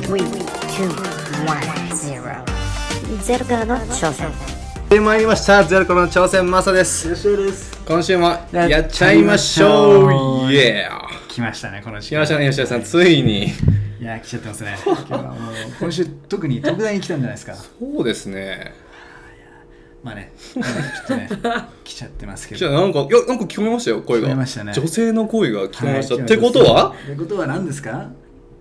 three, two, one, zero. ゼロからの挑戦。で参りましたゼロコの挑戦マサです吉江です。今週もややっっちちゃゃいいままししょょううイエー来ましたね、この時来ましたね吉田さんついにいや、来ちゃってます ね。今日はもう今週、特に特大に来たんじゃないですか。そうですね まあね、まあねちょっとね、来ちゃってますけじど。ゃあなんかいやなんか聞こえましたよ声が聞こえましたね女性の声が聞こえました、はいってことはってことは何ですか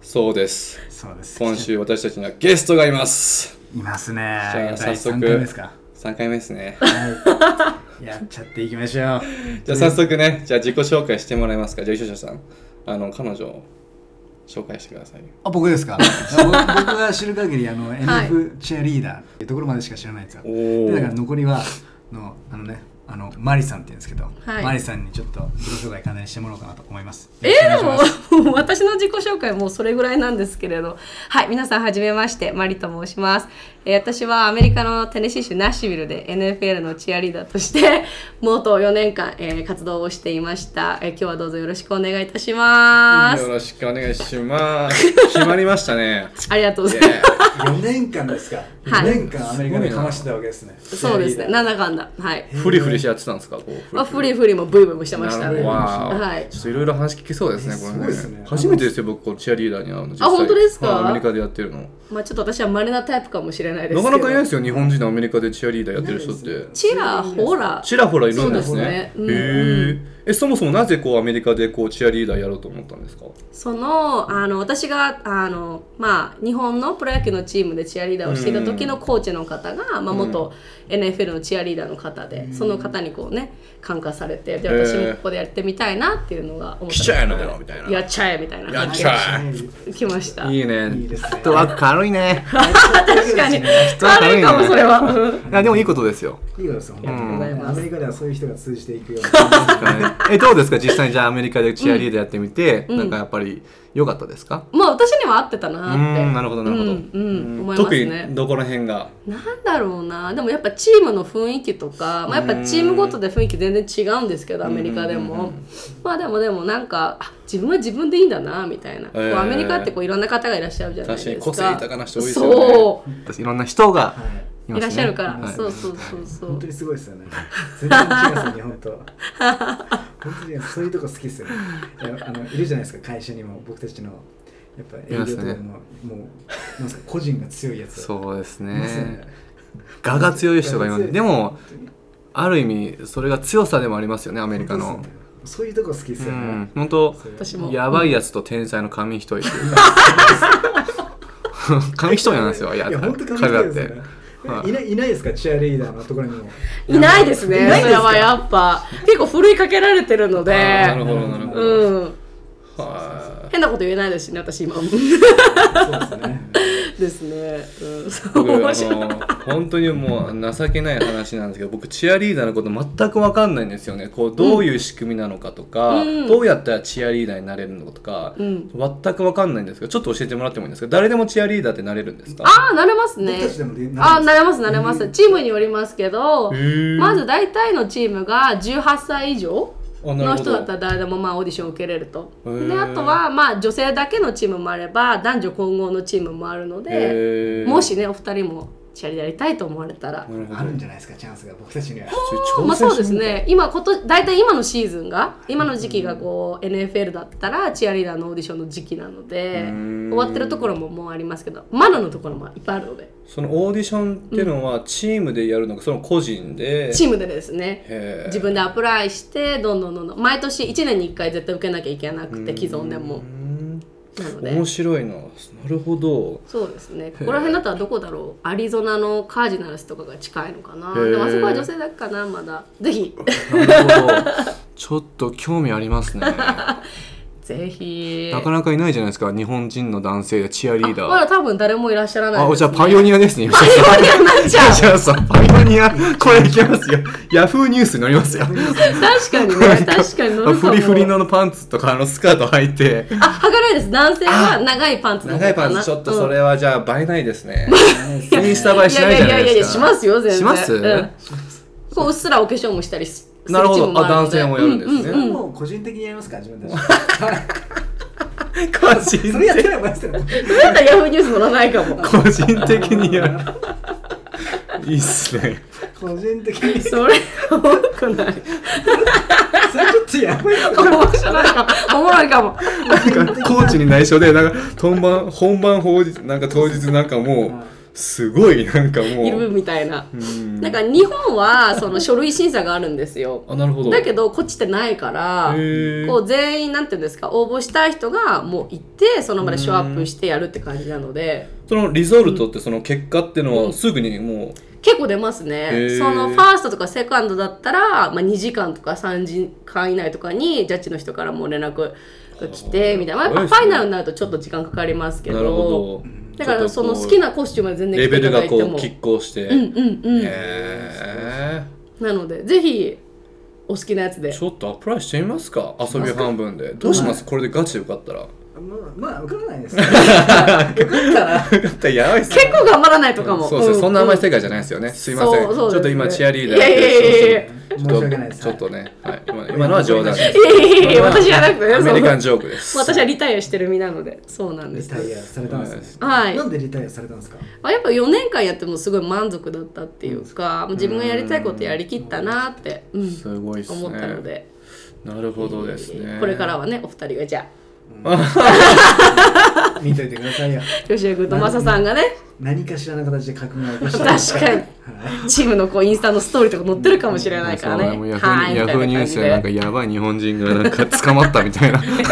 そうですそうです。今週私たちにはゲストがいますいますね。じゃあ第早3速回目ですか。 3回目ですね はい。やっちゃっていきましょう。じゃあ早速ねじゃあ自己紹介してもらえますかじゃあ吉田さんあの彼女を紹介してくださいよあ、僕ですか。あ僕僕が知る限り、あの、NF チェアリーダーっていうところまでしか知らないんですよ。おーでだから残りは、の、あのね、あの、マリさんって言うんですけど、はいマリさんにちょっと自己紹介簡単にしてもらおうかなと思います。えよろしくお願いしー、でもますもう 私の自己紹介もうそれぐらいなんですけれどはい皆さんはじめましてマリと申します、えー私はアメリカのテネシー州ナッシュビルで NFL のチアリーダーとして 元4年間、えー活動をしていました、えー今日はどうぞよろしくお願いいたしますよろしくお願いし ます決まりましたねありがとうございます、えー4年間ですか、はい4年間アメリカでかましてたわけですね そうですねななんだかんだはいフリフリしてやってたんですかこうまあフリフリもブイブイもしてましなるたほねどわーはいちょっといろいろ話聞けそうですね、これね。すごいですね初めてですよ、僕、こうチアリーダーに会うの。実際本当ですかはいアメリカでやってるの。なまあちょっと私は稀なタイプかもしれないですけどかなかいないですよ、日本人でアメリカでチアリーダーやってる人って。チラホラちらほらいるんですね。そうですねうんへーえ、そもそもなぜこうアメリカでこうチアリーダーやろうと思ったんですかそのあの私があの、まあ、日本のプロ野球のチームでチアリーダーをしていた時のコーチの方が、まあ、元 NFL のチアリーダーの方で、その方にこうね感化されてでへー私もここでやってみたいなっていうのが思った来ちゃえのよみたいなやっちゃえみたいなやっちゃえ来ましたいいね。いいですねフットワーク軽いね。確かに人は軽悪いいねかもそれはうんいや、でもいいことですよ。いいことですよ、ん本当にアメリカではそういう人が通じていくようなえ、どうですか実際にじゃあアメリカでチアリーダーやってみて、なんかやっぱり良かったですかまあ私には合ってたうなってん、なるほど、なるほど。うんうん思います特ねにどこら辺がなんだろうなでもやっぱチームの雰囲気とか、まあ、やっぱチームごとで雰囲気全然違うんですけどアメリカでもまあでもでもなんかあ自分は自分でいいんだなみたいな、こうえーアメリカってこういろんな方がいらっしゃるじゃないですか確かに個性豊かな人多いですよねそいろんな人がいうますねいらっしゃるから、はいそうそうそうそ本う当にすごいですよね全然違うっすよ日本と本当にそういうとこ好きですよねいやあのいるじゃないですか会社にも僕たちのやっぱ営業とかも、いもうなんすか個人が強いやつそうですいますよねね。我が強い人がいま我が強す。いでも、ある意味、それが強さでもありますよね、アメリカ本の当。ですよねそういうとこ好きですうよね、ん、本当それ私もやばいやつと天才の紙一重と いうか。紙一重なんですよ、いや、いや本当彼らっですよてね。はいいないいないですかチアリーダーのところにもいないですねいないそでれすかはやっぱ結構ふるいかけられてるのであーなるほど、なるほど。うんはい変なこと言えないですしね私今 そうですねですね、うん、そう僕あ面白いの本当にもう情けない話なんですけど僕チアリーダーのこと全く分かんないんですよねこうどういう仕組みなのかとか、うんどうやったらチアリーダーになれるのかとか、うん全く分かんないんですけどちょっと教えてもらってもいいですか誰でもチアリーダーってなれるんですかああ慣れますね僕たちでもねあ、ななれますなれます。チームによりますけど、まず大体のチームが18歳以上あなのるほ人どだったら誰でもまあオーディション受けれると。へーで、あとはまあ女性だけのチームもあれば、男女混合のチームもあるので、へーもしね、お二人もチャリやりたいと思われたら。なるほあどるんじゃないですかチャンスが僕たちにはちょ挑まあそう戦でしすてみね今こと大体今のシーズンが今の時期がこう NFL だったらチアリーダーのオーディションの時期なのでうん終わってるところももうありますけどまだのところもいっぱいあるのでそのオーディションっていうのはチームでやるのかその個人でチームでですねへー自分でアプライしてどんどんどんどん毎年1年に1回絶対受けなきゃいけなくて既存でもうんなので面白いななるほどそうですねここら辺だったらどこだろうアリゾナのカージナルスとかが近いのかなへーでもあそこは女性だけかなまだ ぜひなるほ どちょっと興味ありますねぜひなかなかいないじゃないですか日本人の男性でチアリーあダまーだ多分誰もいらっしゃらないあですじゃねあパイオニアですねパイパイオニアになっちゃうじゃあさパイオニアこれいけますよヤフーニュースに載りますよ確かに ね確かに乗るかフもリフリのパンツとかあのスカート履いてあはがないです男性は長いパンツの方長いパかンなツちょっとそれはじゃあ映えないですねねインスタ映えしないじゃないやいやいやいでやすしかますよ全然しますうんこううっすらお化粧もしたりするなるほチームど もああるの男で性もやるんですねもう個人的にやりますか自分たちで個人それやっ的たらマジで僕それだったらヤフーニュース載らないかも。個人的にや るいいっすね個人 的にそそれ、多くない。れちょっとやばいな面白いかも。おもろいかも。なんかコーチに内緒でなんか本番本番当日なんか当日なんかもうすごいなんかもいるうみたいな。うんなんか日本はその書類審査があるんですよ。あなるほどだけどこっちってないからへーこう全員なんて言うんですか応募したい人がもう行ってその場でショーアップしてやるって感じなのでそのリゾルトってその結果っていうのはすぐにも結構出ますへねーそのファーストとかセカンドだったら、まあ、2時間とか3時間以内とかにジャッジの人からもう連絡が来てみたいな、まあ、やっぱファイナルになるとちょっと時間かかりますうけどなるほどだからそのちょっとこう好きなコスチュームは全然レ着ベていたルだがいこてうも拮抗して、うんうんうん、へなのでぜひお好きなやつでーちょっとアプライしてみますか遊び半分でどうしますこれでガチで受かったら受まあまあ受からないですよ受かったからったらやばいっすね結構頑張らないとかも、そうですね、そんな甘い世世界じゃないですよね。すいません、そうそうですねちょっと今チアリーダーいやいやいやいやち申しょっ訳とないですちょっとね、はい、今今のは冗談でいす。やいやいやいや私じゃなくてねアそのメリカンジョークです。私はリタイアしてる身なのでそうなんでリすタイアされたんですねはいなんでリタイアされたんですかあやっぱ4年間やってもすごい満足だったっていうかもう自分がやりたいことやりきったなって、うんすごいですね。思ったのでなるほどですね。これからはねお二人がじゃ見といてくださいよあ吉田君とマサさんがね何かしらの形で革命を起こして確かにチームのこうインスタのストーリーとか載ってるかもしれないからね。ヤフーヤフーニュースでなんかいやばい日本人がなんか捕まったみ たいな出して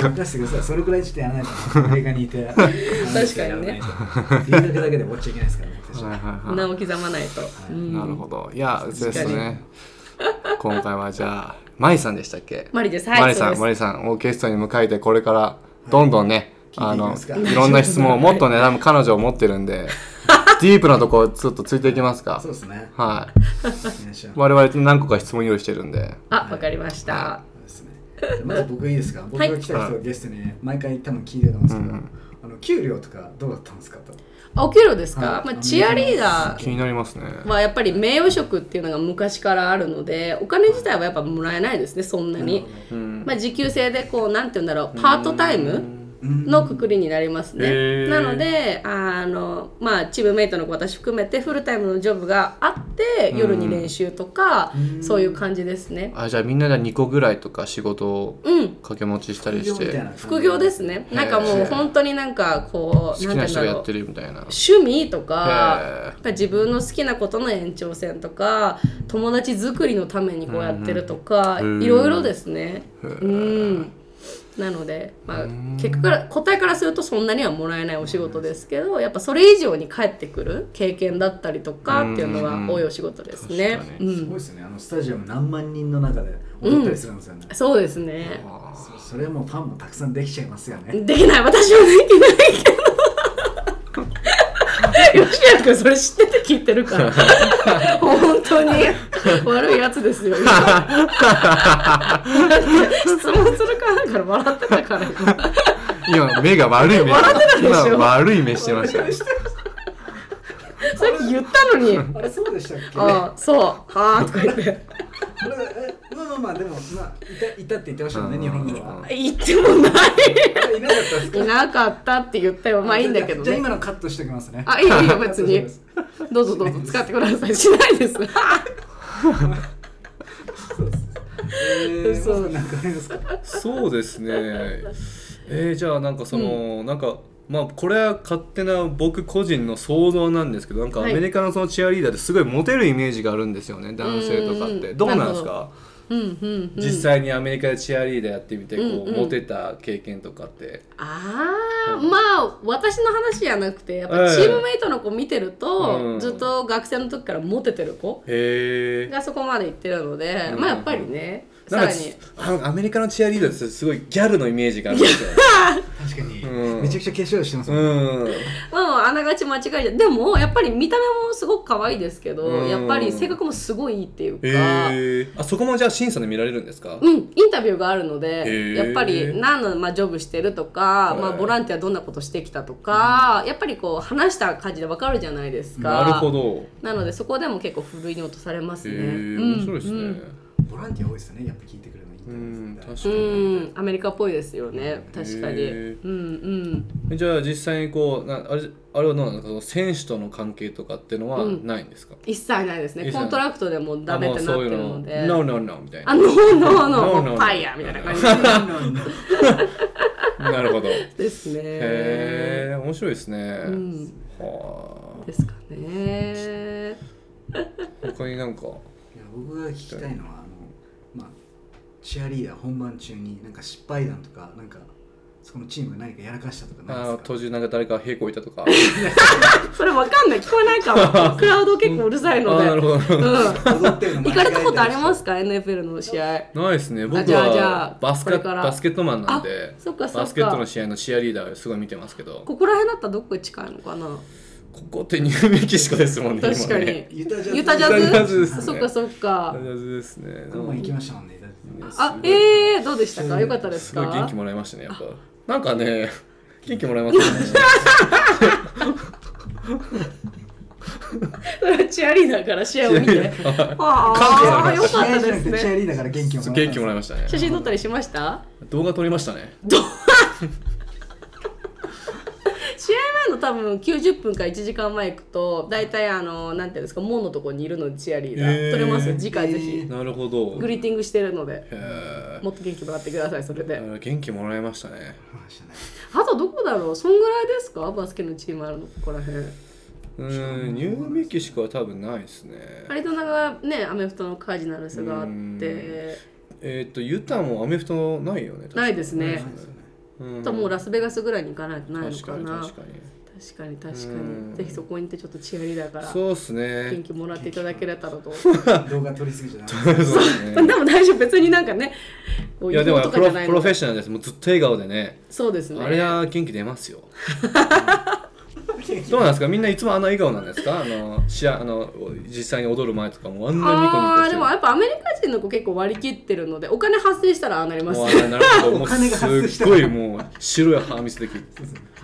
くださいそれくらいちょっとやらないと映画にい て確かにね留学だけで終わっちゃいけないですから僕たちはな名を刻まないと。うんなるほどいやそうですね今回はじゃあマリさんでしたっけマリです。マはリい、そうさでん、すマ。リさん、オーケストラに迎えて、これからどんどんね、はいあ聞いていきのますか、いろんな質問をもっとね、多分彼女を持ってるん で、ディープなとこ、ちょっとついていきますかそう。ですねはい。お願いします我々何個か質問用意してるんで。あ、わかりました。そうですねまず僕いいですか僕が来た人をゲストにね毎回多分聞いてると思うんですけどあの給料とかどうだったんですかとあお給料ですかは。いまあチアリーダ気になりますね。ーはやっぱり名誉職っていうのが昔からあるので、お金自体はやっぱもらえないですね。そんなに。うん。まあ時給制でこうなんて言うんだろう、パートタイム。うんのくくりになりますへね。ーなのであの、まあ、チームメイトの子私含めてフルタイムのジョブがあって夜に練習とか、そういう感じですね。あ、じゃあみんなで2個ぐらいとか仕事をうん掛け持ちしたりし副業みたいなて、感じ副業ですね。なんかもう本当になんか好こうきんなて言うん人だがろやうってるみたいな。趣味とかへーやっぱ自分の好きなことの延長線とか友達作りのためにこうやってるとか、うんうんいろいろですね。うんなので、まあ、結果から答えからするとそんなにはもらえないお仕事ですけどやっぱそれ以上に返ってくる経験だったりとかっていうのは多いお仕事ですね確。かうにすん、ごいですねあのスタジアム何万人の中で踊ったりするんですよねそうですね。そそれはもうファンもたくさんできちゃいますよねできない私はで きないけど吉谷君それ知ってて聞いてるから本当に悪いやつですよだって質問するからだから笑ってたから今今、目が悪い目笑ってたでしょ今悪い目してましたね。さっき言ったのにあれそうでしたっけああそうああとか言ってこれえまあまあまあでもまあいたいたって言ってましたもんね日本では言ってもないいなかったですかいなかったって言ったよまあいいんだけどじゃあ今ねのカットしておきますねあいい よいいよ別にどうぞどうぞ使ってくださいしな いですえー、嘘そうなんかありますかそうですね。えー、じゃあなんかその、なんかまあこれは勝手な僕個人の想像なんですけど、なんかアはいメリカのそのチアリーダーってすごいモテるイメージがあるんですよね、男性とかっうんうて。んどうなんですなか？うんうん実際にアメリカでチアリーダーやってみてこう、うんうんモテた経験とかって。ああまあ私の話じゃなくてやっぱええチームメイトの子見てると、うんずっと学生の時からモテてる子へー。がそこまで行ってるので、うんまあやっぱりねさなんらかにあアメリカのチアリーダーってすごいギャルのイメージがあるん ですよ。確かに、うんめちゃくちゃ化粧してますもん、うん。まああながち間違いじゃでもやっぱり見た目もすごく可愛いですけど、うんやっぱり性格もすごいいいっていうか。へー。あそこもじゃあ審査で見られるんですか？うん、インタビューがあるので、ーやっぱり何の、まあ、ジョブしてるとか、まあ、はいボランティアどんなことしてきたとか、やっぱりこう話した感じで分かるじゃないですかなるほど。なのでそこでも結構ふるいに落とされますへね、ー。うん面白いですね。うんボランティア多いですねやっぱ聞いてくれるのいいみたいですね、うん確 うかん、アメリカっぽいですよね。確かに。へーうんうん。じゃあ実際にこうなあれあれはどうなんですかその選手との関係とかっていうのはうんないんですか、一切ないですね。一切コないントラクトでもうダメってなってるので。あもうそういうの No no no みたいあなの、の、 No, の、 no, no. ファイヤーみたいな感じな るほどへですね。え面白いですね、うん、はですかね。あ他になんかいや僕が聞きたいのはあの、まあ、チアリーダー本番中になんか失敗談とかなんかそこのチームが何かやらかしたとかないあですか途中なんか誰か平行いたとかそれわかんない。聞こえない かも。クラウド結構うるさいのあなるで。ほどうん。踊ってるの間行違かえれたことありますすか ?NFL の試合。ないですね僕じゃあじゃあはバスケこれからバスケットマンなんであそっかそっかバスケットの試合のチアリーダーすごい見てますけどこここら辺だったらどこが近いのかなこってニューメキシコですもんね確か今ねに。ユタジャズユタジユタャジャズでズすねそっかそっか。大丈夫ですねこの前行きましたもんねユタジャズあ、えー、どうでしたかよかったですすかごい元気もらいましたねやっぱなんかね元気もらいますよねそれは チアリーダーから試合を見て。ああ、よかったですチアね。リーダーから元気をもらったんです 元気もらいましたね写真撮ったりしました動画撮りましたね試合前の多分90分か1時間前行くと大体あのなんていうんですか門のとこにいるのでチアリーダー、へー撮れますよ次回ぜひ、なるほどグリーティングしてるのでへもっと元気もらってくださいそれで、ー元気もらいましたねましたね あとどこだろうそんぐらいですかバスケのチームあるのここら辺うーんニューメキシコは多分ないですねアリドナがねアメフトのカージナルスがあってえーっとユタもアメフトないよね確かないですねそうですよねうあんともうラスベガスぐらいに行かないとないの確かかにな確かに確かに確かうんにぜひそこに行ってちょっとチアリーダーからそうっす元ね気もらっていただけれたらと動画撮りすぎじゃないそうですね でも大丈夫別になんかねこういやでも違法プロのプロフェッショナルですもうずっと笑顔でねそうですねあれは元気出ますよどうなんですかみんないつもあの笑顔なんですかあの試合あの実際に踊る前とかもあんなにニコニコあしーてでるもやっぱアメリカ人の子結構割り切ってるのでお金発生したらああなりますもうねあなるほどもお金が発う生しすたっごいもう白い歯見せてきて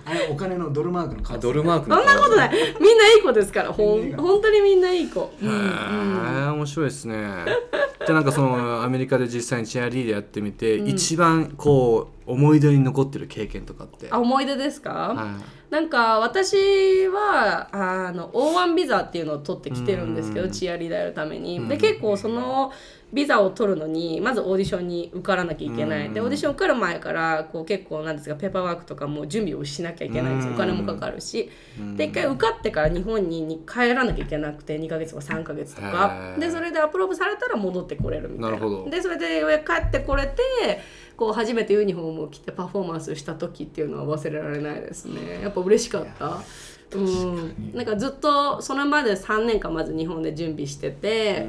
あれお金のドルマークのあ顔ドルマークのそんなことないみんないい子ですか らほん本当にみんないい子、うんへえ面白いですねじゃあなんかそのアメリカで実際にチアリーでやってみて、一番こう思い出に残ってる経験とかってあ思い出ですか、はいなんか私はあの O1 ビザっていうのを取ってきてるんですけど、チアリーダーやるためにで結構そのビザを取るのにまずオーディションに受からなきゃいけない、でオーディション受かる前からこう結構なんですがペーパーワークとかも準備をしなきゃいけないんですよ、うんお金もかかるし、で一回受かってから日本にに帰らなきゃいけなくて2ヶ月とか3ヶ月とかへーでそれでアプローブされたら戻ってこれるみたいななるほどでそれでようやく帰ってこれてこう初めてユニフォームを着てパフォーマンスした時っていうのは忘れられないですねやっぱ嬉しかった。うん、なんかずっとそれまで3年間まず日本で準備してて、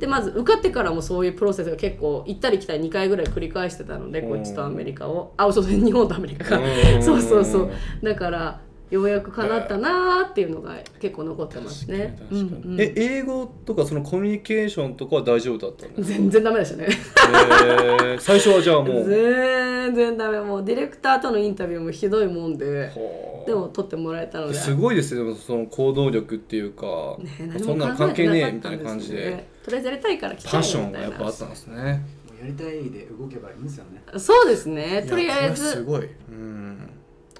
でまず受かってからもそういうプロセスが結構行ったり来たり2回ぐらい繰り返してたのでこっちとアメリカをあそうそう日本とアメリカかうん そうそうそうだからようやく叶ったなーっていうのが結構残ってますね。確うかんにうんえ英語とかそのコミュニケーションとかは大丈夫だったんです全然ダメでしたね。か、へえ 最初はじゃあもう全然ダメもうディレクターとのインタビューもひどいもんでほうでも撮ってもらえたのですごいですよでもその行動力っていうか、ねそんなの何も関考係えねてえみたかっいなたん感すじよねでとりあえずやりたいから来パたッいショよンみがたやいっぱあなったんですねもうやりたいで動けばいいんですよねそうですねとりあえいやこれすずごいうん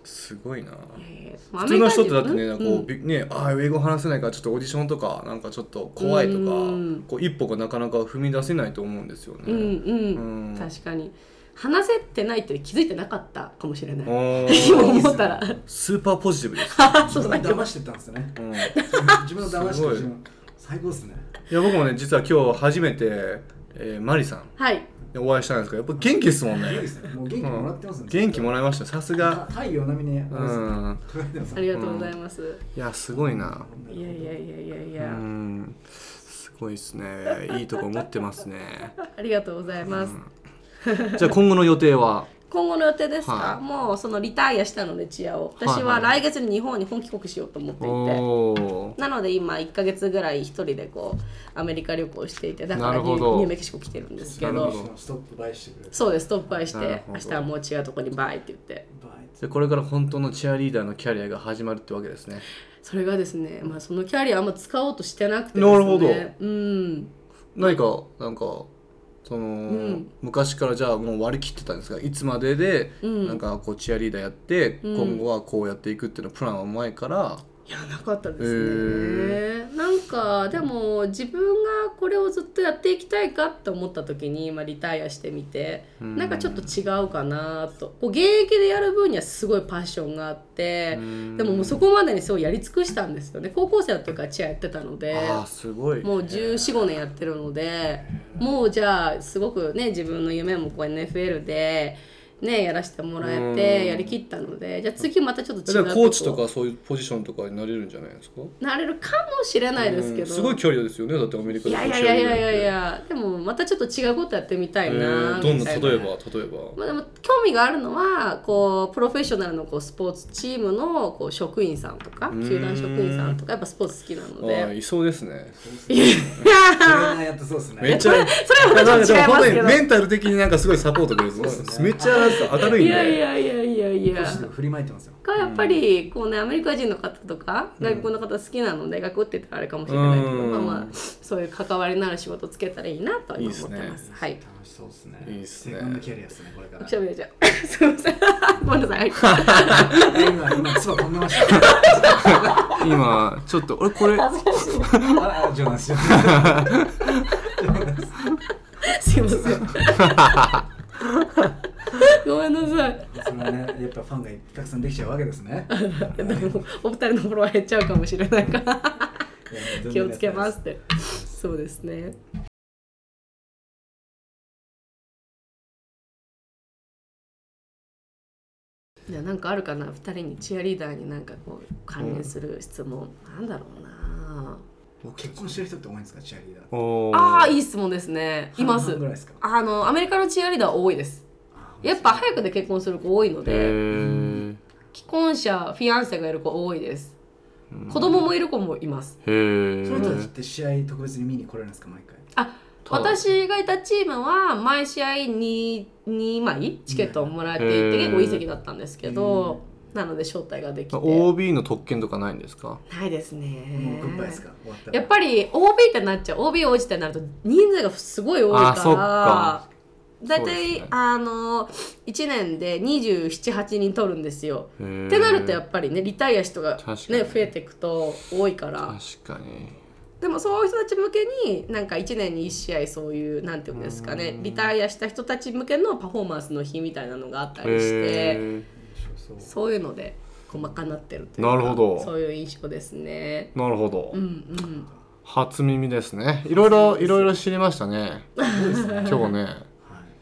すごいなえー普通の人ってだってね、アメなんかリカ人うこんうびね、ああ英語話せないからちょっとオーディションとかなんかちょっと怖いとかうんこう一歩がなかなか踏み出せないと思うんですよね。うんううん、ん確かに話せてないって気づいてなかったかもしれないおー 今思ったらスーパーポジティブです。自分を騙してたんですよねうん、い 自分を騙しすてごい自分最高ですねや僕もね実は今日初めて、えーマリさんはいにお会いしたんですけどやっぱ元気ですもんねいい。ですねもう元気もらってますうねん元気もらいましたさすが。太陽並みにあれですうねん。取られてますありがとうございます、いやすごいな。いやいやいやいやいうや、ん。すごいですね。いいとこ持ってます ね。ありがとうございます、じゃあ今後の予定は。今後の予定ですか、はいもうそのリタイアしたのでチアをいはい私は来月に日本に本帰国しようと思っていて、おお。なので今1か月ぐらい一人でこうアメリカ旅行していてだかならるニュほーどニューメキシコ来てるんですけどなるほどストップバイしてくれるそうですストップバイしなるてほど明日はもう違うとこにバイって言ってバイでこれから本当のチアリーダーのキャリアが始まるってわけですね。それがですね、まあ、そのキャリアあんま使おうとしてなくてですねなるほどうん何かなんかその、ん昔からじゃあもう割り切ってたんですがいつまででうんなんかこうチアリーダーやって、うん今後はこうやっていくっていうのプランは前から、いやなかったですね、なんかでも自分がこれをずっとやっていきたいかって思った時に、まあ、リタイアしてみて、うんなんかちょっと違うかなとこう現役でやる分にはすごいパッションがあって、でももうそこまでにすごいやり尽くしたんですよね高校生の時からチアやってたのでああすごいもう1 4 5年やってるのでもうじゃあすごくね自分の夢もこう NFL で。ね、やらせてもらえうんてやりきったのでじゃあ次またちょっとえ違だうからコーチことかそういうポジションとかになれるんじゃないですかなれるかもしれないですけうど、んすごい距離ですよねだってアメリカいでやいやいチアやリいーダーやいやいってやでもまたちょっと違うことやってみたいなえーどんみなたい例えば例えばまあ、でも興味があるのはこうプロフェッショナルのこうスポーツチームのこう職員さんとかうん球団職員さんとかやっぱスポーツ好きなのああでいそうですねトレーナーやってそうですねめっちゃそれはもちろん違でいますけも本当にどメンタル的になんかすごいサポートくれるそうですねめっちゃ明るいんいでやいやいやいやいや少しでも振りまいてますよがやっぱりこうねアメリカ人の方とか外国の方好きなので、外国って言ったらあれかもしれないけど、うんまあまあそういう関わりのある仕事つけたらいいなとは今思っていいまっすすはい楽しそうですねいいっすねセカンドキャリアですねこれからくしゃみ出ちゃう。 すみません。ごめんなさい。今今唾飛んでましたね今ちょっと俺これああ冗談です冗談 すみません。ごめんなさい。ですそのねやっぱファンがたくさんできちゃうわけです ねでもお二人のフォロワー減っちゃうかもしれないからいやもう全然気をつけますって。そうですね。じゃあなんかあるかな二人にチアリーダーになんかこう関連する質問、なんだろうなもう結婚してる人って多いんですかチアリーダーおーああいい質問ですねいま半す々ぐらいですかあのアメリカのチアリーダー多いですあやっぱ早くで結婚する子多いのへで、ー既婚者フィアンセがいる子多いです、子供もいる子もいますへーその人たちって試合特別に見に来れるんですか毎回あそう私がいたチームは毎試合 2, 2枚チケットをもらっていて、へー結構いい席だったんですけど、なので招待ができて、 OB の特権とかないんですかないですねもうグッバイですか終わったらやっぱり OB ってなっちゃう OB 王子ってなると人数がすごい多いあそっかから大そうで体、すねあの1年で278人取るんですよへーってなるとやっぱりねリタイア人が、ね、確増かにえていくと多いから確かにでもそういう人たち向けになんか1年に1試合そういうなんていうんですかねリタイアした人たち向けのパフォーマンスの日みたいなのがあったりしてへーそうそうそういうのでこう賄ってるというかなるほどそういう印象ですね。なるほど、うんうん、初耳ですねいろいろいろいろ知りましたね今日ねは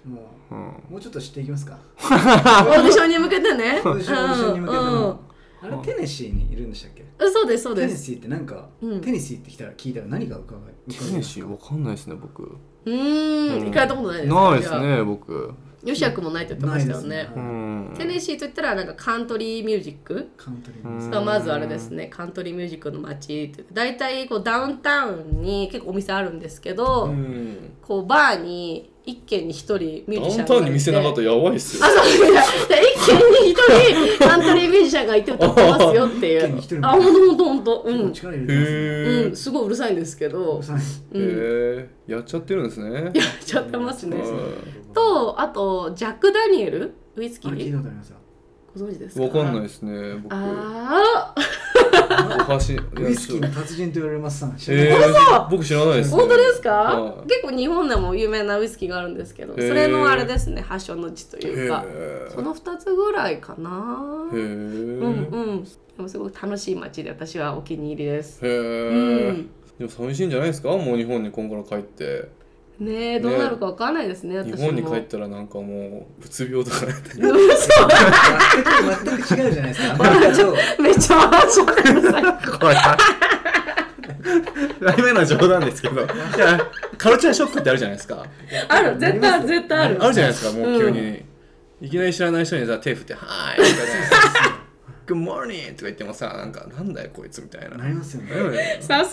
いもううもうちょっと知っていきますか オーディションに向けてね。オーディションオーディションに向けてうんのあれテネシーにいるんでしたっけうんそうですそうテでネす。シーってなんか、うんテネシーって来たら聞いたら何が浮かぶんテニシーわかんないですね僕うーん行かれたことないですかないです。ね僕ヨシア君もないって言ってましたよねないで。すうねんテネシーといったらなんかカントリーミュージックカントリーのうんまずあれですねカントリーミュージックの街って大体こうダウンタウンに結構お店あるんですけど、うんこうバーに一軒に一人ミューダジウシャンンタがいてウンに見せなかったらやばいっすよあそういやで一軒に一人カントリーミュージシャンがいて歌ってますよってい一軒に一う人あほんとほんとほんとうん、力入れてますねへうえん、すごいうるさいんですけどおさんうんへえやっちゃってるんですねやっちゃってますねうんとあとジャック・ダニエルウイスキあれ聞いーたことありますよご存知ですかわかんないですね僕ああお箸いやウイスキーちょの達人と言われますさん知らないえー僕知らないですね本当ですか、はい結構日本でも有名なウイスキーがあるんですけどへーそれのあれですね発祥の地とへいうかえその2つぐらいかなへえうんうんでもすごく楽しい街で私はお気に入りですへうえんでも寂しいんじゃないですかもう日本に今後から帰ってねえどうなるかわかんないですね日私も本に帰ったらなんかもううつ病とかなって嘘 全く違うじゃないですかあれとめっちゃ笑っちゃってくださいこれ今のは冗談ですけどいやカルチャーショックってあるじゃないですかある絶対ある絶対あるあるじゃないですかもう急に、ういきなり知らない人にさ手振って「はーい」とかね「Good morning」とか言ってもさなんか「なんだよこいつ」みたいな。なりますよねなんだよさすがに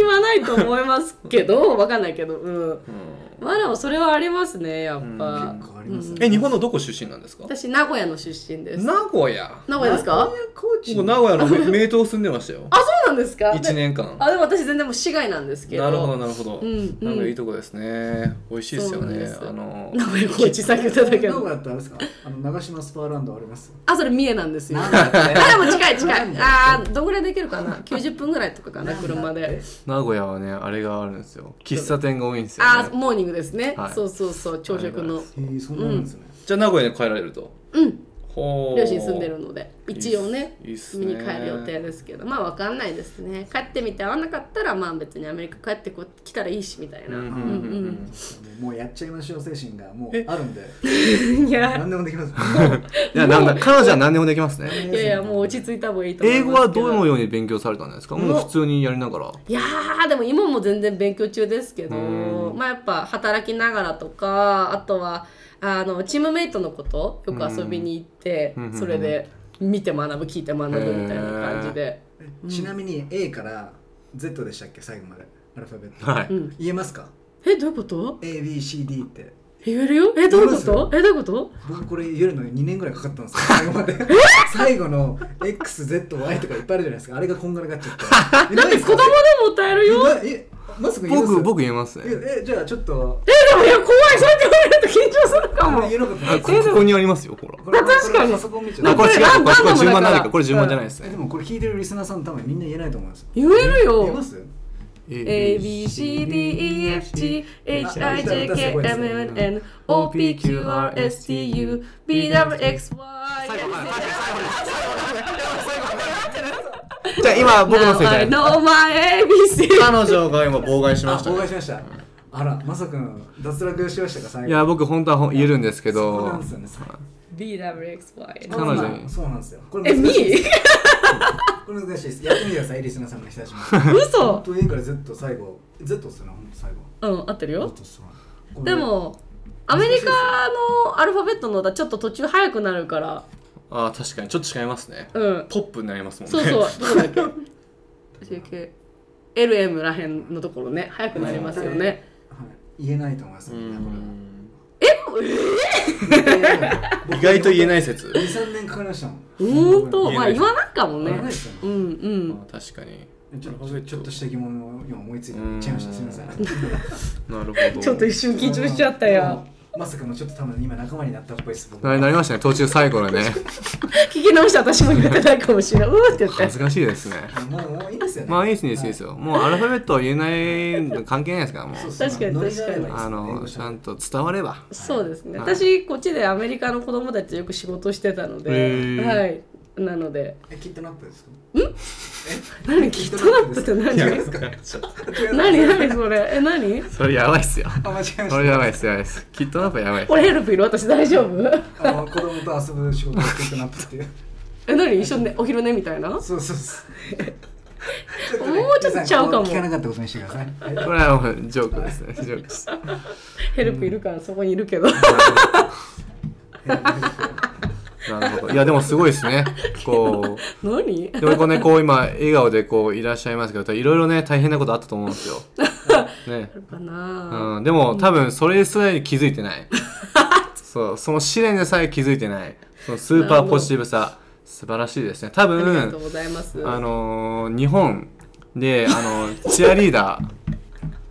言わないと思いますけどわかんないけどうんまあでもそれはありますねやっぱ、結構ありますえね日本のどこ出身なんですか私名古屋の出身です名古屋名古屋ですかコーチ僕名古屋の名東住んでましたよあ、そなんですか1年間あでも私全然もう市外なんですけどなるほどなるほど、うんなんうかんいいとこですね美味しいですよねそうあなんのです名前コーチさっき言っただけどこどだったらあれですかあの長島スパーランドあり ますあそれ三重なんですよだってあでも近い近いあーどんぐらいできるかな90分ぐらいとかかな車で名古屋はねあれがあるんですよ喫茶店が多いんですよ、ね、あーモーニングですね、はいそうそうそう朝食のえー、そんなんですね、じゃあ名古屋に帰られるとうんほう両親住んでるので一応ねいいっす見ねに帰る予定ですけどまあわかんないですね帰ってみて合わなかったらまあ別にアメリカ帰ってこ来たらいいしみたいな、うんうんううんうんもうやっちゃいましょう精神がもうあるんで いや何でもできますいやなんだ彼女は何でもできますねいやいやもう落ち着いた方がいいと思い英ますけ語どはどのように勉強されたんですかもう普通にやりながらいやーでも今も全然勉強中ですけどうまあやっぱ働きながらとかあとはあのチームメイトのことよく遊びに行ってうんそれで見て学ぶ聞いて学ぶみたいな感じでちなみに A から Z でしたっけ最後までアルファベット、はい、うん言えますかえどういうこと ABCD って言えるよえどういうこ言えまとえどういうこと僕これ言えるのに2年ぐらいかかったん ですよ最後まで最後の XZY とかいっぱいあるじゃないですかあれがこんがらがっちゃ ってだって子供でも歌えるよええまさか言えます僕僕言えますねええじゃあちょっとえでもいや怖いそうやって言われると緊張するかこもれ言えなかったあこここにありますよほらこれ確かこれにパソコン見ちゃあうこれ違うこれこれ順番ランダムだからなんだっけこれ順番じゃないですえねでもこれ聞いてるリスナーさん多分みんな言えないと思います言える言えまよす A B C D E F G H I J K M N N O P Q R S T U B W X Y じゃあ今僕のせいじゃ I ない know my ABC 彼女が今妨害しあました妨ね害しましたあらまさくん脱落しましたか最後いや僕本当はほん言えるんですけそうなどんですよね BWXY 彼女にまあそうなんですよこえ、れみ 難しいですーこれ難しいですやってみてくださいリスナーさんが久しぶりに本嘘当 A から Z 最後 Z っすよね本当最後うん、合ってるよ Z っすよねこれでもアメリカのアルファベットのだちょっと途中早くなるからああ確かにちょっと違いますねうんポップになりますもんそうね そうどこだっけ JK LM らへんのところね早くなりますよねはい言えないと思いますうみんなこれはん意意外と言えないい説23年かかりましたもんほんと言えまあない言わないかも言えないねですよねうんうんまあ確かにちょっとちょっとした疑問を今思いついて言っちゃいましたすみませんなるほどちょっと一瞬緊張しちゃったよまさかのちょっと多分今仲間になったっぽいです僕ななりましたね途中最後のね聞き直して私も言ってないかもしれないうーって言っ恥てずかしいですねもうもういいですよねまあいいですねいいですよもうアルファベットは言えないの関係ないですからもうそうそう確かにノリがあればいいですあのちゃんと伝わればそうですねはい私こっちでアメリカの子供たちとよく仕事してたのへでーはいなのでえキットナップですか何キットナップって何何何それえ何それやばいっすよあ間違えまそれしやばいっすやばいっすきっとなんかやばいっす俺ヘルプいる私大丈 夫たあの子供と遊ぶ仕事をキットナップっていうえ何一緒にねお昼寝みたいなそうそうそうねもうちょっとちゃうかも皆さん聞かなかったことにしてくださいはいこれはもうジョークですねジョークですヘルプいるからそこにいるけどなるほどいやでもすごいですねこう 何でもこうね、こう今、笑顔でこういらっしゃいますけど、いろいろね、大変なことあったと思うん ですよ。ね。かなうん、でも、多分、それすらに気づいて ない。そう、その試練でさえ気づいてない。そのスーパーポジティブさ、素晴らしいですね。多ありがとう分、ございますあのー日本で、あのチアリーダ ー、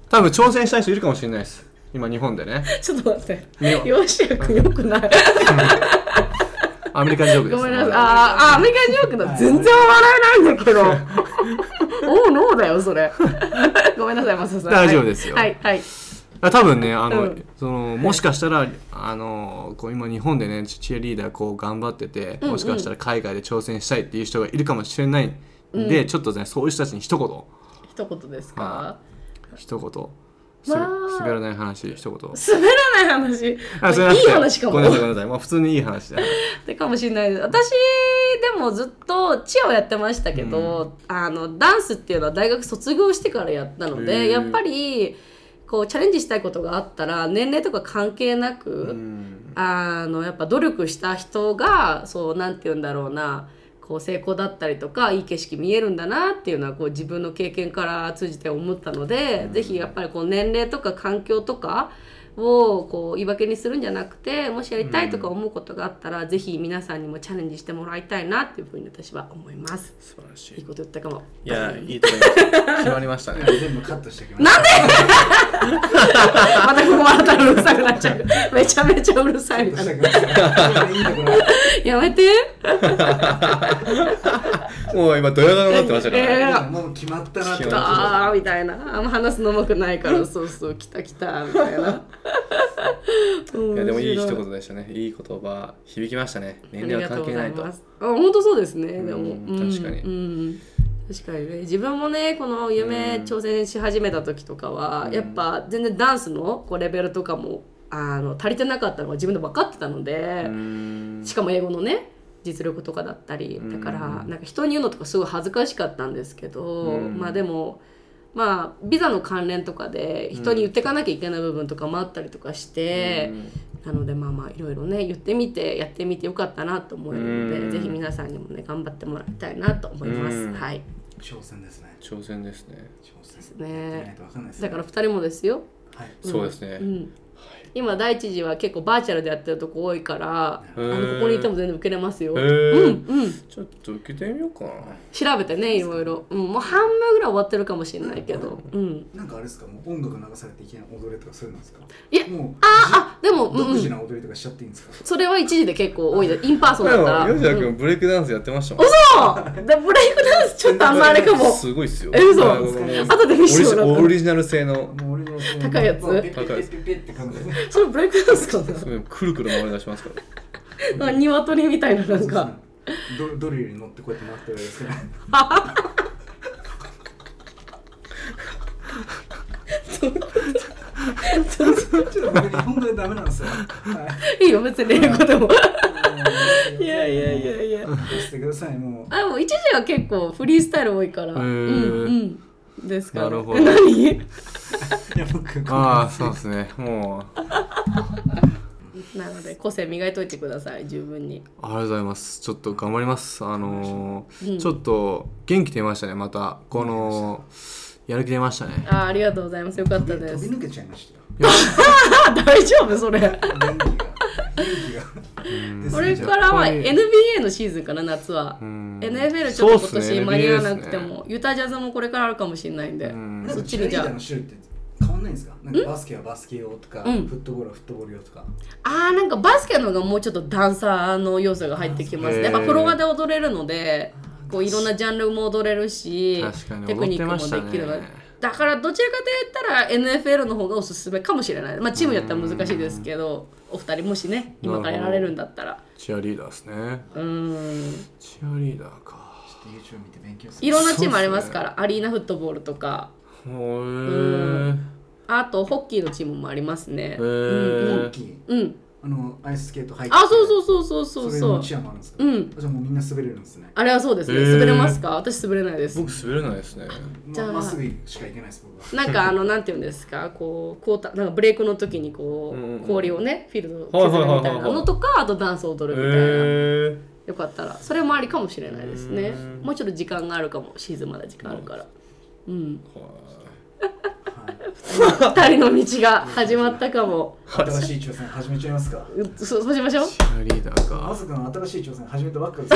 多分挑戦したい人いるかもしれないです。今、日本でね。ちょっと待ってよしやくんよく ないアメリカンジョークです。ごめんなさいあーあーアメリカンジョークだ全然笑えないんだけど おうノーだよそれ ごめんなさいマサさん大丈夫ですよはいはいあ多分ねあの、うんそのもしかしたらあのこう今日本でねチチアリーダーこう頑張ってて、もしかしたら海外で挑戦したいっていう人がいるかもしれないんで、ちょっとねそういう人たちに一言一言ですかは一言す、まあ滑らない話一言滑らない話いいあそれなくて話かもごめんなさいごめんなさい、まあ、普通にいい話だってかもしれないです私でもずっとチアをやってましたけど、あのダンスっていうのは大学卒業してからやったのへでーやっぱりこうチャレンジしたいことがあったら年齢とか関係なく、うんあのやっぱ努力した人がそうなんて言うんだろうなこう成功だったりとかいい景色見えるんだなっていうのはこう自分の経験から通じて思ったので、ぜひやっぱりこう年齢とか環境とかをこう言い訳にするんじゃなくてもしやりたいとか思うことがあったら、ぜひ皆さんにもチャレンジしてもらいたいなっていうふうに私は思います素晴らしいいいこと言ったかもいやいいと思います決まりましたね全部カットしておきました。なんで またここ笑ったらうるさくなっちゃうめちゃめちゃうるさいみカッたトいしなておきました。いいところ。やめて もう今ドヤ顔になってましたかえらーもう決まったなって決まっあーみたいなあんま話すのうまくないからそうそう来た来たみた いないいやでもいい一言でしたねいい言葉響きましたねあ年り齢がはとう関係ござないいとますあ本当そうですねでも、うんうん確かにうん確かにね自分もねこの夢うん挑戦し始めた時とかは、うんやっぱ全然ダンスのこうレベルとかもあの足りてなかったのが自分で分かってたので、うーんしかも英語のね実力とかだったりだからうんなんか人に言うのとかすごい恥ずかしかったんですけど、うんまあでもまあビザの関連とかで人に言ってかなきゃいけない部分とかもあったりとかして、なのでまあまあいろいろね言ってみてやってみてよかったなと思えるので、うんぜひ皆さんにもね頑張ってもらいたいなと思います。うんはい挑戦ですね。挑戦ですね挑戦すすねないとわかんないですね。だから2人もですよ、はい。そうですねうん、今第一次は結構バーチャルでやってるとこ多いから、あのここにいても全然受けれますよ。へうんーうんちょっと受けてみようかな調べてねいろいろ、うん、もう半分ぐらい終わってるかもしれないけど、うん、なんかあれですか、もう音楽流されていけない踊れとかそういうのですか。いやもうああでじも、うん独う自ん、な踊りとかしちゃっていいんですか。それは一時で結構多いでインパーソンだったら、でもうん、吉そ田う君ブレイクダンスやってましたもんでブレイクダンスちょっとあんまあれかもすごいっすよえ嘘あの後で見せてもらおうオリジナル製のもう俺のその高いやつもうピッピッピッピッピッって感じです。それブレイクダンスかすごいくるくる回り出します からななんか鶏みたいななんそうかですねドドリルに乗ってこうやって回ってるわけですね。ちょっと僕日本語でダメなんですよ。はいいよ別に英語でもい。 いやいやいやいやしてくださいもう。あもう一時は結構フリースタイル多いから、ーうんうんですからなるほどえ何いや僕ああそうですねもうなので個性磨いといてください十分にありがとうございます。ちょっと頑張ります。あのーうんちょっと元気出ましたね。またこのやる気出ましたね。あーありがとうございますよかった飛びです抜けちゃいましたよ。あ大丈夫それ元気が元気が。。これかららはやっぱり NBA のシーズンかな夏は、うん NFL ちょっそうと今っす年ね間に合わなくて NBA っも、ユタジャズもこれからあるかもしれないんで、うんそそっっちちににじじゃゃああの種類って変わんないんですか。なんかバスケはバスケ用とか、うんフットボールはフットボール用とか。あーなんかバスケの方がもうちょっとダンサーの要素が入ってきますへねーやっぱフロアで踊れるのでこういろんなジャンルも踊れるし確かにテクニックもできるの踊ってましたねだからどちらかと言ったら NFL の方がおすすめかもしれないまあチームやったら難しいですけどお二人もしね今からやられるんだったらチアリーダーですね。うーんチアリーダーか。ちょっと YouTube 見て勉強する。いろんなチームありますから、アリーナフットボールとかへーあとホッキーのチームもありますへね。ー大きい。うん。あのアイススケート入って。あ、そうそうそうそうそうれそのう。チアもあるんですか。うん。あじゃあもうみんな滑れるんですね。あれはそうですね。へー滑れますか？私滑れないです。僕滑れないですね。じゃあまあまっすぐしか行けないです僕は。 なんかあのなんていうんですか、こうこうたなんかブレイクの時にこうんうんううん氷をねフィールド削るみたいなのとかあとダンスを踊るみたいな。へーよかったらそれもありかもしれないですねう。んもうちょっと時間があるかもシーズンまだ時間あるから。うん。二人の道が始まったかも。はい新しい挑戦始めちゃいますか。うそそうしましょう。チアリーダーまか。さかの新しい挑戦始めたばっかで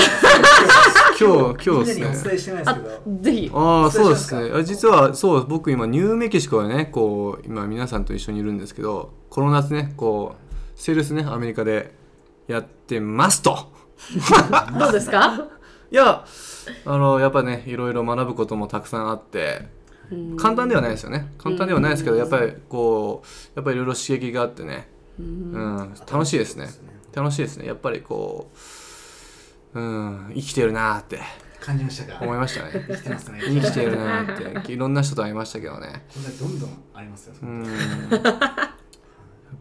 すよ。今日今日みんなでにおす伝ね。えしてないですあけど。、ぜひ。ああお伝そうえでしますすかねあ実はそう僕今ニューメキシコでねこう今皆さんと一緒にいるんですけどこの夏ねこうセールスねアメリカでやってますとどうで すか？いやあのやっぱねいろいろ学ぶこともたくさんあってうん簡単ではないですよね簡単ではないですけどやっぱりこうやっぱりいろいろ刺激があってねうん楽しいですね楽しいですねやっぱりこううん生きてるなーって感じましたか。思いましたね生きてますね。生きてるなーっていろんな人と会いましたけどねこれどんどんありますよ。うーんやっ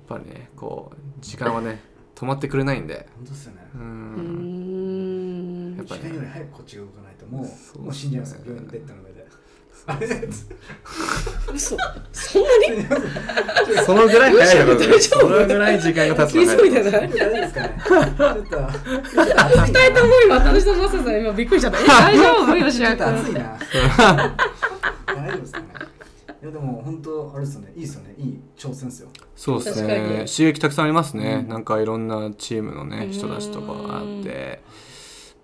ぱりねこう時間はね止まってくれないんで本当ですよね。うーうーんんやっぱ時り間よりね早くこっちが動かないともそううもう死んじゃいますよ。病院ベッドの上で。あれ 嘘そんなにそのぐらい早いよ大丈夫そのぐらい時間が経つ 急いので早いな大い丈夫ですかね。ちょっと二人とも今私とマサさ ん今びっくりしちゃったえ大丈夫よしちょやっと暑くいな。大丈夫ですかね。でやでも本当あれですよねいいですよねいい挑戦ですよそうです確かねに刺激たくさんありますね、うんなんかいろんなチームのね人たちとかあって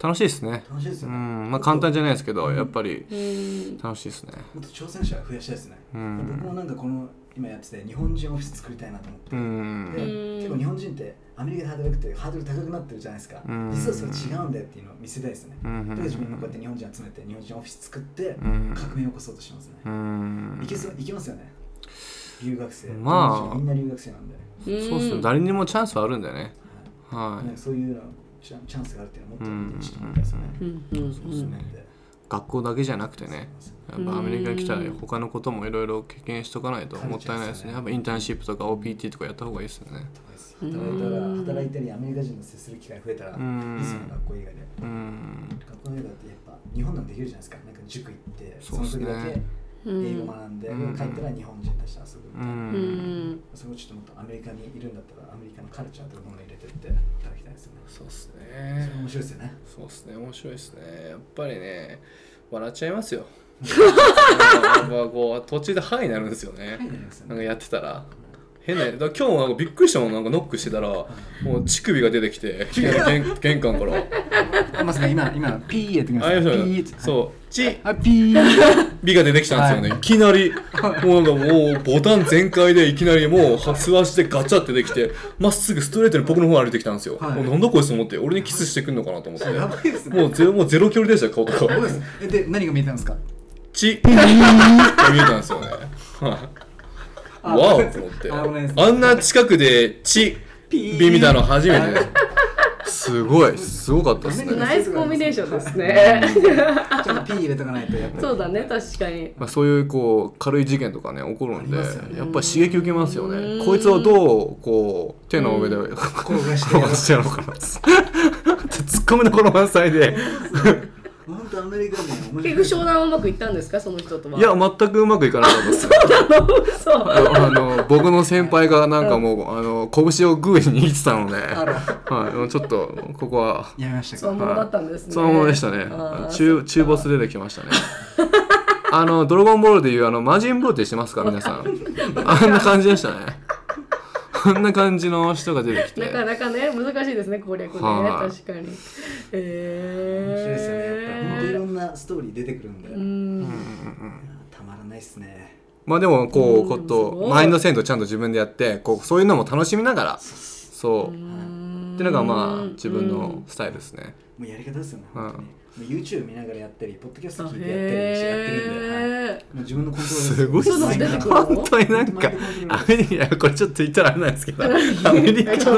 楽しいですね楽しいですうよね、んまあ簡単じゃないですけどやっぱりうん楽しいですねもっと挑戦者増やしたいですね、うん僕もなんかこの今やってて日本人オフィス作りたいなと思ってうて、でん結構日本人ってアメリカで働くってハードル高くなってるじゃないですか、うん実はそれ違うんだよっていうのを見せたいですね、うだから自分もこうやっんて日本人集めて日本人オフィス作ってうん革命を起こそうとしますね、うんいけそういけますよね留学生まあ日本人みんな留学生なんで、そうっすね誰にもチャンスはあるんだよねはねいそういうのチャンチャンスがあるっていうのはもっと知ってもらいたいですよね、うんうんそうですね学校だけじゃなくてねやっぱアメリカに来たらうん他のこともいろいろ経験しとかないともったいないですねやっぱインターンシップとか OPT とかやった方がいいですよね働いたら働いたりアメリカ人の接する機会増えたらいいうんですよね学校以外でうん学校以外だってやっぱ日本なんてできるじゃないですかなんか塾行ってそそうっのす時ねだけ英語うん学んでうん帰ったら日本人たちと遊ぶうみたいな、うんんそれをちょっともっとアメリカにいるんだったらアメリカのカルチャーというものを入れてっていただきたいですよねそうっすそねれ面白いですよねそうですね、面白いですね。やっぱりね、笑っちゃいますよ。なんかこう途中でハイになるんですよね。いいですよなんねかやってたら。変なだから今日もなんかびっくりしたもんなんかノックしてたらもう乳首が出てきて玄玄関からあまずね今今ピーやってきまああいうピ人ーがそう「ちあ ピー」美が出てきたんですよね、、はいきな りもうなんかもうボタン全開でいきなりもう座してガチャってできてまっすぐストレートに僕の方歩いてきたんですよ、はいもうなんだこいつと思って俺にキスしてくんのかなと思ってやばいです ねもうゼロもうゼロ距離でしたよ顔とか そうですえで何が見えたんですかチッって見えたんですよね。あわごおめんなとさい思って。あごめんなさいあんな近くでチピッービ見たの初めてです。すごい、すごかったですね。ナイスコンビネーションですね。ちょっとピー入れとかないとやっぱりそうだね、確かに。まあ、そういうこう軽い事件とかね起こるんで、ありますよねやっぱり刺激受けますようね。んこいつをどうこう手の上で転転がしてがしてやろうかな。ツッコミのこの満載で。本当アメリカ人面白い結局商談はうまくいったんですか、その人とは。いや、全くうまくいかなかった です。 そう。あの僕の先輩がなんかもう、あの拳をグーに握ってたので、らはい、もうちょっとここはやめましたそうかものだったんですね。そのままでしたねあー中中ボス出てきましたね あのドラゴンボールでいうあの魔人ブーってしてますか皆さんあんな感じでしたねあんな感じの人が出てきてなかなかね、難しいですね、攻略ね。はい確か面白に。いですよねやっぱ本当いえろー。んなストーリー出てくるんで、うん。たまらないですねまあでもこうんうこうすごといマインドセントちゃんと自分でやってこうそういうのも楽しみながらそうっていうのがまあ自分のスタイルですねもうやり方ですよねうん本当に、もう YouTube 見ながらやったりポッドキャストあ聞いてやったりしてやってるんで、はいもへう自分のコントロールすごいっそうすなのね出てくるの本当になんかアメリカこれちょっと言ったらあれなん ですけどアメリカの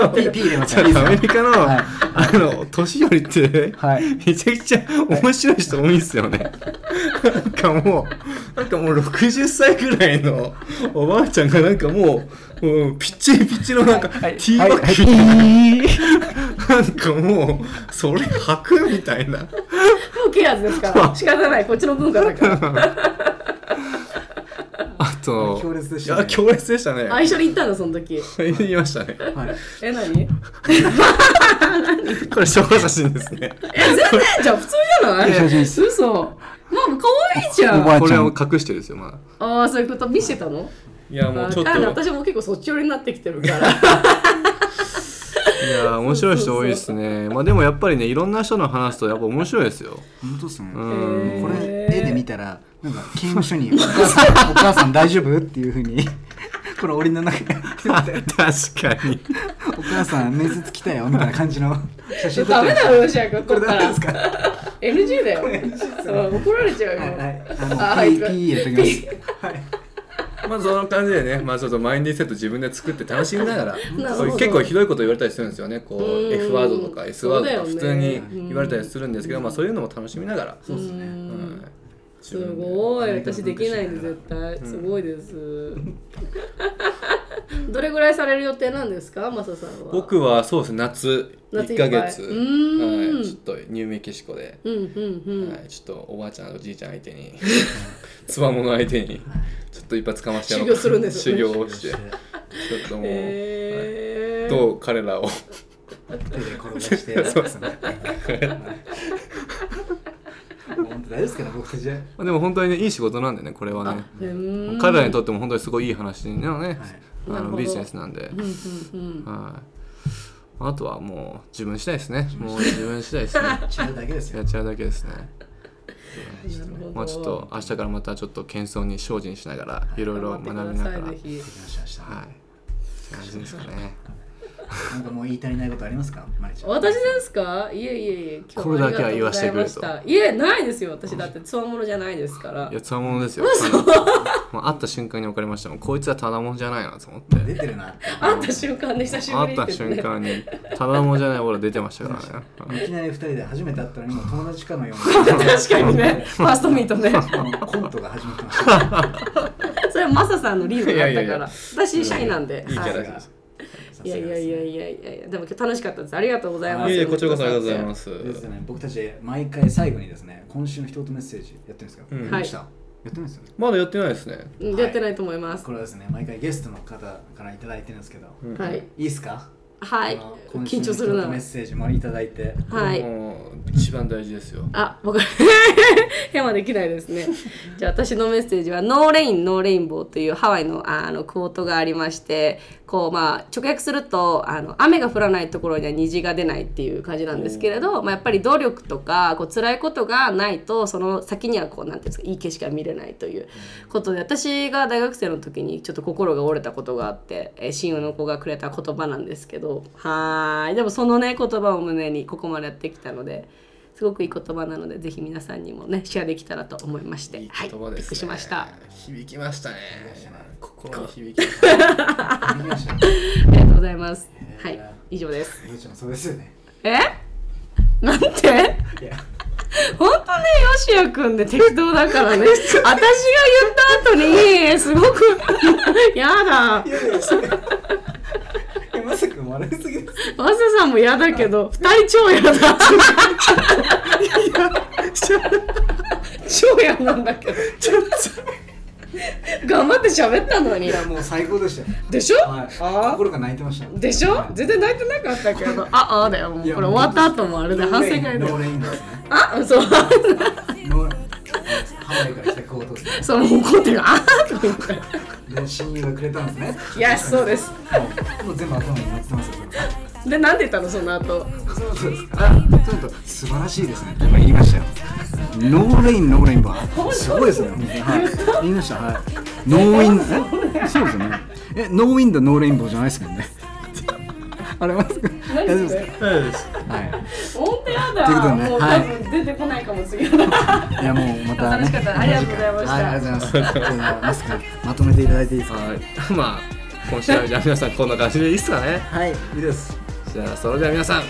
ピーピー入れますちょっとアメリカの、はいあの年寄りって、はい めちゃくちゃ面白い人多いんですよね。なんかもう、なんかもう60歳ぐらいのおばあちゃんがなんかもう、もうピッチリピッチのなんか、ティーバッグみたいな、なんかもう、それ履くみたいな。ーウケやつですから仕方ないこっちの文化だからあと、強烈でしたねいや、強烈でしたね。あ一緒に行ったんだその時言いましたね。はいえ何これ証拠写真ですね。え全然 じゃあ普通じゃないいやいや嘘まあ可愛いじゃおばんあこちれゃんを隠してですよ、まだ。ああそういうこと見せてたのいや、もうちょ分っと、かんないい私も結構そっち寄りになってきて るからや、面白い人多いですね。まあでもやっぱりね、いろんな人の話すとやっぱ面白いですよ。本当ですね、うん。こへれー絵で見たらなんか刑務所にお母さんお母さん大丈夫っていうふうにこれ檻の中で 確かに。お母さん面接来たよみたいな感 じの写真撮ダってメだよ、ロシア君、ここれっかダメらです。か NG だよ。うん怒られちゃうよ。はいはいああのはいピーピー入れときますはいまあその感じでね、まあちょっとマインディセット自分で作って楽しみながら、なるほそうどいう結構ひどいこと言われたりするんですよね。こうんう F ワードとか S ワードとかそう普だよ通ねに言われたりするんですけど、まあそういうのも楽しみながら。そうですねうんすごい、自分で私できないんで、絶対。すごいです。 どれぐらいされる予定なんですか、マサさんは。。僕はそうですね、夏夏い1っぱヶい月、うーんはい、ちょっとニューメキシコで、うんうんうん。はい、ちょっとおばあちゃんおじいちゃん相手に、 つわもの相手に、ちょっと一発かましてやろうか修行するんですよね修行をして、ちょっともう、えーどう彼らを。手で転がして そうですね。はいもう本当って大丈夫ですかね僕たちはまあでも本当にねいい仕事なんでねこれはねうーん彼らにとっても本当にすごいいい話のね、いなあるほのどビジネスなんで、うんうんうんはいあとはもう自分次第ですねもう自分次第 ですね違うだけですやよっちゃうだけですねなるほどまあちょっと明日からまたちょっと謙遜に精進しながらいろいろ学びな頑張がってくだらさいはいぜひって感じですかねなんかもう言い足りないことありますかマリちゃん私ですかいえいえいえ今日これだけは言わせてくれとありがうございましたいえないですよ私だってつわものじゃないですからいやつわものですよもう会った瞬間に分かりましたもうこいつはただもんじゃないなと思って出てるなって会った瞬間で久しぶり会っってた瞬間にただもんじゃない俺出てましたからねいきなり二人で初めて会ったの にもう友達かのような確か にねファーストミート ねもうコントが始まって ましたそれはマサさんのリードだったからいやいやいや私シャイなんでいいキャラはですい、いやいやいやいやいやいやでも今日楽しかったですありがとうございますいやいやこちらこそありがとうございますですね僕たち毎回最後にですね今週の一言メッセージやってるんですか、んやりましたやってないですよねまだやってないですねうんやってないと思いますこれはですね毎回ゲストの方からいただいてるんですけど、はいいいですかはいあの今週緊の張する一言なメッセージもいただいてはいもう一番大事ですよあ、僕 変はできないですね。じゃあ私のメッセージは「ノーレインノーレインボー」というハワイのああのクオートがありましてこう、まあ、直訳するとあの雨が降らないところには虹が出ないっていう感じなんですけれど、まあ、やっぱり努力とかこう辛いことがないとその先にはこうなんていうんですかいい景色が見れないということで私が大学生の時にちょっと心が折れたことがあって、えー親友の子がくれた言葉なんですけどはーいでもそのね言葉を胸にここまでやってきたので。すごくいい言葉なので、ぜひ皆さんにもね、シェアできたらと思いまして。いい言葉はい、です、ねびっくりしました。響きましたねしたね心に響きましたありましたねありがとうございます。ーはい、以上です。ゆうちゃんもそうですよねえ。なんて。いや本当ね、よしやくんで適当だからね。私が言った後に、すごく。やだ。いやいやいやまさか笑いすぎですマサさんもやだけど、二人超やだ。超やなんだけど。頑張って喋ったのいに。やもう最高でしたよでしょ。はいあー心が泣いてましたでしょ全然泣いてなかったけど ああだよもうこれ終わった後もあれで反省会だノーよレインですねあそうノーハワイから来たコートですね その怒ってるあーとか言ってで親友がくれたんですねいやそうですもうもう全部頭に持ってますよでなんで言ったのその後そうそうですかちょっと素晴らしいですねやっぱ言いましたよノーレインノーレインバーすごいですね本当にはい言いましたはいノーインえそうですよねえノーウィンドノーレインボーじゃないですもんねあれますか大丈夫ですかは本当やということでねもうは多い分出てこないかも次はいいやもうまた楽ねしかったありがとうございましたはいありがとうございますじゃあマスカまとめていただいていいですかはいまあ今週はじゃあ皆さんこんな感じでいいっすかねはいいいですじゃあそれでは皆さん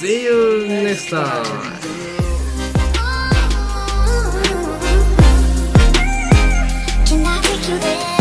See you next time! Can I take you there?